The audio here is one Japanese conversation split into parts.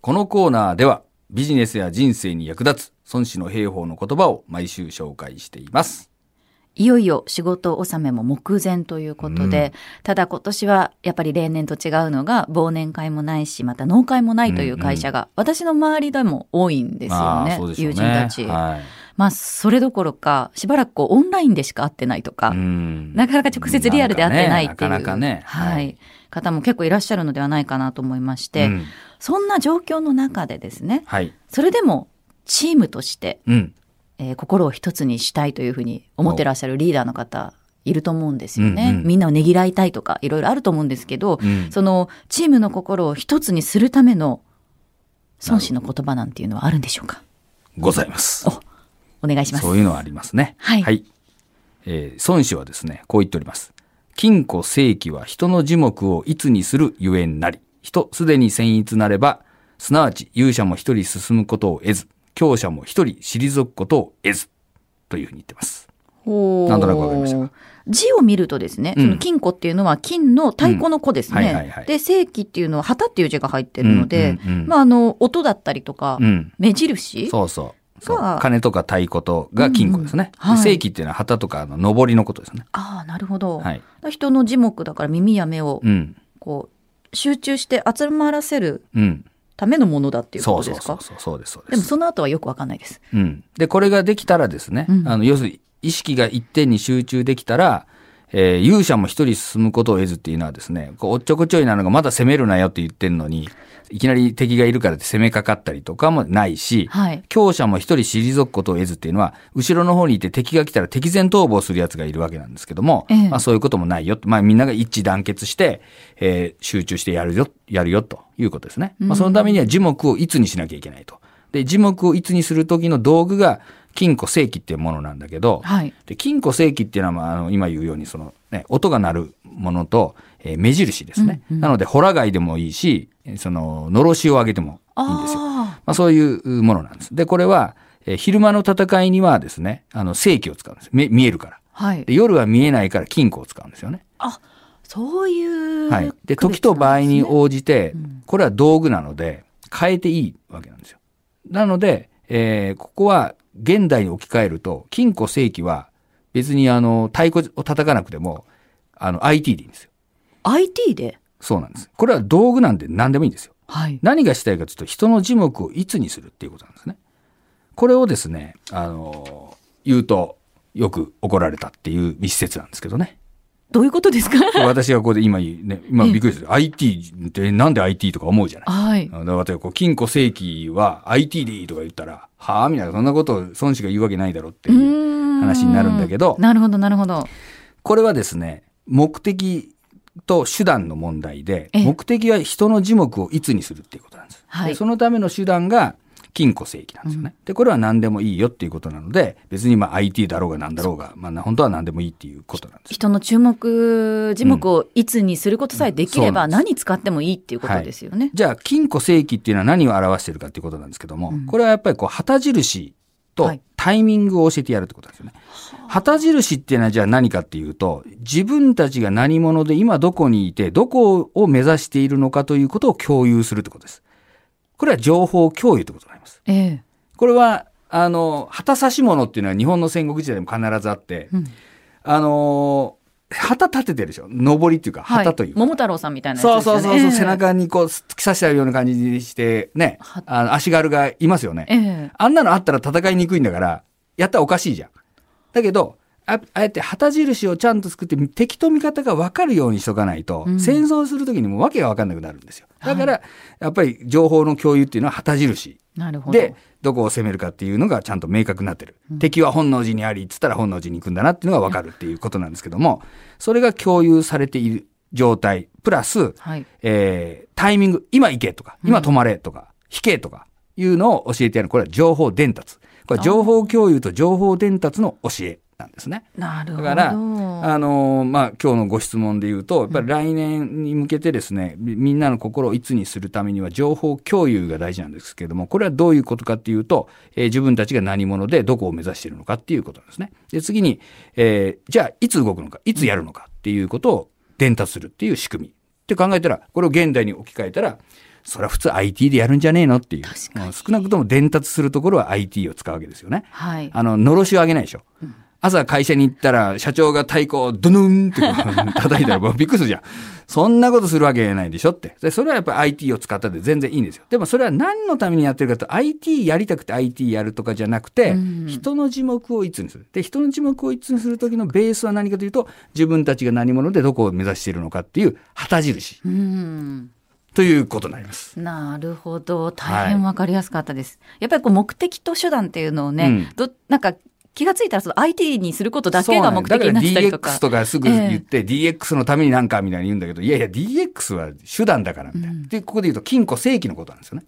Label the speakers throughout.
Speaker 1: このコーナーではビジネスや人生に役立つ孫子の兵法の言葉を毎週紹介しています。
Speaker 2: いよいよ仕事納めも目前ということで、ただ今年はやっぱり例年と違うのが忘年会もないしまた納会もないという会社が私の周りでも多いんですよ
Speaker 1: ま
Speaker 2: ね
Speaker 1: あそうでしょう
Speaker 2: 友人たち、
Speaker 1: は
Speaker 2: まあそれどころかしばらくこうオンラインでしか会ってないとか、
Speaker 1: い。うん
Speaker 2: なかなか直接リアルで会ってないっていう、
Speaker 1: なんかねなかなかね
Speaker 2: はい
Speaker 1: はい
Speaker 2: 方も結構いらっしゃるのではないかなと思いまして、
Speaker 1: うん
Speaker 2: そんな状況の中でですね
Speaker 1: はい。
Speaker 2: それでもチームとして
Speaker 1: うん。
Speaker 2: えー心を一つにしたいというふうに思ってらっしゃるリーダーの方いると思うんですよね。
Speaker 1: うんうん
Speaker 2: みんなをねぎらいたいとかいろいろあると思うんですけど、
Speaker 1: うん
Speaker 2: そのチームの心を一つにするための孫子の言葉なんていうのはあるんでしょうか
Speaker 1: ございます。
Speaker 2: お願いします。
Speaker 1: そういうのはありますね。
Speaker 2: はい
Speaker 1: えー孫子はですね、こう言っております。金庫正規は人の樹木をいつにするゆえんなり。人すでに先逸なれば、すなわち勇者も一人進むことを得ず、強者も一人退くことを得ず。というふうに言ってます。
Speaker 2: ほう
Speaker 1: なんとなくわかりましたか
Speaker 2: 字を見るとですね、
Speaker 1: うん
Speaker 2: その金庫っていうのは金の太鼓の子ですね。
Speaker 1: うんはいはいはい
Speaker 2: で、正規っていうのは旗っていう字が入ってるので、
Speaker 1: うんうんうん
Speaker 2: まあ、あの、音だったりとか、
Speaker 1: うん。
Speaker 2: 目印
Speaker 1: そうそう。そう
Speaker 2: が
Speaker 1: 金とか太鼓とが金庫ですね。
Speaker 2: うんうんはい
Speaker 1: で正規っていうのは旗とかあの上りのことですね。
Speaker 2: ああ、なるほど。
Speaker 1: はい。
Speaker 2: 人の字目だから耳や目を
Speaker 1: うん。
Speaker 2: こう集中して集まらせる
Speaker 1: うん。
Speaker 2: ためのものだっていうことです
Speaker 1: そう
Speaker 2: か
Speaker 1: そうそうそうですそう
Speaker 2: で
Speaker 1: で
Speaker 2: も
Speaker 1: す。
Speaker 2: その後はよくわかんないです。
Speaker 1: うん、でこれができたらですね、
Speaker 2: うん
Speaker 1: あの要するに意識が一点に集中できたら、えー勇者も一人進むことを得ずっていうのはですねこうおっちょこちょいなのがまだ攻めるなよって言ってるのにいきなり敵がいるからって攻めかかったりとかもないし、
Speaker 2: はい。
Speaker 1: 強者も一人退くことを得ずっていうのは、後ろの方にいて敵が来たら敵前逃亡する奴がいるわけなんですけども、
Speaker 2: ええ
Speaker 1: まあそういうこともないよ。まあみんなが一致団結して、えー集中してやるよ、やるよということですね。まあそのためには樹木をいつにしなきゃいけないと。で、樹木をいつにする時の道具が金庫正規っていうものなんだけど、
Speaker 2: はい。
Speaker 1: で金庫正規っていうのは、まあ、あの今言うようにその、ね、音が鳴るものと、えー目印ですね、なのでホラ貝でもいいしそののろしを上げてもいいんですよ。
Speaker 2: あ
Speaker 1: まあ、そういうものなんです。で、これは、えー昼間の戦いにはですね、あの、正規を使うんです。め見えるから。
Speaker 2: あ。はい
Speaker 1: で。夜は見えないから金庫を使うんですよね。
Speaker 2: あ、そういう。
Speaker 1: はい。で、時と場合に
Speaker 2: 応
Speaker 1: 応じて、これは道具なので、変えていいわけなんですよ。なので、えーここは現代に置き換えると、金庫正規は別にあの、太鼓を叩かなくても、あの、IT でいいんですよ。
Speaker 2: IT で。
Speaker 1: そうなんです。これは道具なんで何でもいいんですよ。
Speaker 2: はい。
Speaker 1: 何がしたいかというと人の樹木をいつにするっていうことなんですね。これをですね、あの言うとよく怒られたっていう一説なんですけどね。
Speaker 2: どういうこと ですか
Speaker 1: 私がここで今言うね、今びっくりする。IT ってなんで IT とか思うじゃない。
Speaker 2: はい。
Speaker 1: あのだからこう金庫正規は IT でいいとか言ったら、はあみたいな、そんなことを孫子が言うわけないだろって
Speaker 2: う
Speaker 1: いう。
Speaker 2: ーん
Speaker 1: 話になるんだけど
Speaker 2: なるほど、なるほど。
Speaker 1: これはですね、目的と手段の問題で、
Speaker 2: ええ
Speaker 1: 目的は人の樹木をいつにするっていうことなんです。
Speaker 2: はい
Speaker 1: でそのための手段が金庫正規なんですよね。で、これは何でもいいよっていうことなので、別にまあ IT だろうが何だろうが、まあな本当は何でもいいっていうことなんですよ。
Speaker 2: 人の注目、字目をいつにすることさえできれば
Speaker 1: うんそうなん
Speaker 2: 何使ってもいいっていうことですよね。
Speaker 1: じゃあ、金庫正規っていうのは何を表してるかっていうことなんですけども、これはやっぱりこう旗印
Speaker 2: は
Speaker 1: と
Speaker 2: い
Speaker 1: タイミングを教えてやるってことなんですよね。旗印っていうのはじゃあ何かっていうと、自分たちが何者で今どこにいて、どこを目指しているのかということを共有するってことです。これは情報共有ってことになります。
Speaker 2: ええ。
Speaker 1: これは、あの、旗差し物っていうのは日本の戦国時代でも必ずあって、
Speaker 2: うん
Speaker 1: あの、旗立ててるでしょ上りっていうか、
Speaker 2: は
Speaker 1: 旗というか
Speaker 2: 桃太郎さんみたいなやつ
Speaker 1: そう
Speaker 2: です
Speaker 1: そ
Speaker 2: よ
Speaker 1: う
Speaker 2: ね。
Speaker 1: そうそう、背
Speaker 2: え
Speaker 1: 中にこう、突き刺してあるような感じにして、ね
Speaker 2: は、
Speaker 1: あの足軽がいますよね。
Speaker 2: え。ええ。
Speaker 1: あんなのあったら戦いにくいんだから、やったらおかしいじゃん。だけど、ああえて旗印をちゃんと作って敵と味方が分かるようにしとかないと、
Speaker 2: うん
Speaker 1: 戦争する時にもう訳が分かんなくなるんですよ。だから、やっぱり情報の共有っていうのは旗印
Speaker 2: なるほど。
Speaker 1: で、どこを攻めるかっていうのがちゃんと明確になってる。敵は本能寺にありっつったら本能寺に行くんだなっていうのが分かるっていうことなんですけども、それが共有されている状態、プラス、
Speaker 2: はい。
Speaker 1: えータイミング、今行けとか、今止まれとか、引けとか、いうのを教えてやる。これは情報伝達。これは情報共有と情報伝達の教えなんですね。
Speaker 2: なる
Speaker 1: だ
Speaker 2: ほど。
Speaker 1: から、あのーまあ、今日のご質問で言うと、やっぱり来年に向けてですね、みみんなの心をいつにするためには情報共有が大事なんですけれども、これはどういうことかっていうと、えー自分たちが何者でどこを目指しているのかっていうことなんですね。で、次に、えーじゃあ、いつ動くのか、いつやるのかっていうことを伝達するっていう仕組み。って考えたら、これを現代に置き換えたら、それは普通 IT でやるんじゃねえのっていう。
Speaker 2: 確かに
Speaker 1: うん少なくとも伝達するところは IT を使うわけですよね。
Speaker 2: はい。
Speaker 1: あの、のろしを上げないでしょ。朝会社に行ったら、社長が太鼓をドゥヌンってこう叩いたら、もうびっくりするじゃん。そんなことするわけないでしょって。でそれはやっぱ IT を使ったで全然いいんですよ。でもそれは何のためにやってるかと、IT やりたくて IT やるとかじゃなくて、
Speaker 2: うん
Speaker 1: 人の字幕を一つにする。で、人の字幕を一つにする時のベースは何かというと、自分たちが何者でどこを目指しているのかっていう旗印
Speaker 2: うん。
Speaker 1: ということになります。
Speaker 2: なるほど。大変わかりやすかったです。やっぱりこう目的と手段っていうのをね、
Speaker 1: うん
Speaker 2: どなんか気がついたらその IT にすることだ
Speaker 1: そう
Speaker 2: け
Speaker 1: な
Speaker 2: が
Speaker 1: んだ
Speaker 2: 目的になってたり
Speaker 1: だ
Speaker 2: と
Speaker 1: から
Speaker 2: か
Speaker 1: DX。とかすぐ言って、DX のためになんかみたいに言うんだけど、いやいや、DX は手段だからみたいな。で、ここで言うと、金庫正規のことなんですよね。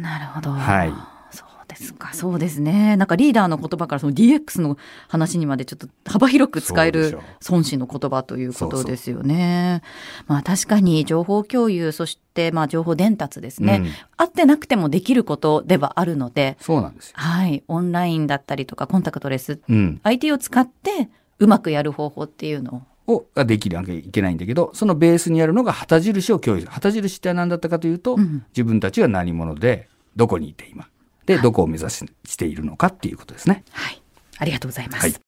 Speaker 2: なるほど。
Speaker 1: はい
Speaker 2: そうですか。そうですね。なんかリーダーの言葉からその DX の話にまでちょっと幅広く使え
Speaker 1: そう
Speaker 2: る
Speaker 1: でしょ
Speaker 2: 孫子の言葉というこ
Speaker 1: そう
Speaker 2: と
Speaker 1: そう
Speaker 2: ですよね。まあ確かに情報共有、そしてまあ情報伝達ですね。
Speaker 1: うん
Speaker 2: あってなくてもできることではあるので、
Speaker 1: そうなんですよ。
Speaker 2: はい。オンラインだったりとかコンタクトレス
Speaker 1: うん。
Speaker 2: IT を使ってうまくやる方法っていうのを。
Speaker 1: をができなきゃいけないんだけど、そのベースにあるのが旗印を共有する。旗印って何だったかというと、
Speaker 2: うん
Speaker 1: 自分たちは何者で、どこにいて今。で、どこを目指ししているのかっていうことですね。
Speaker 2: はい。ありがとうございます。
Speaker 1: はい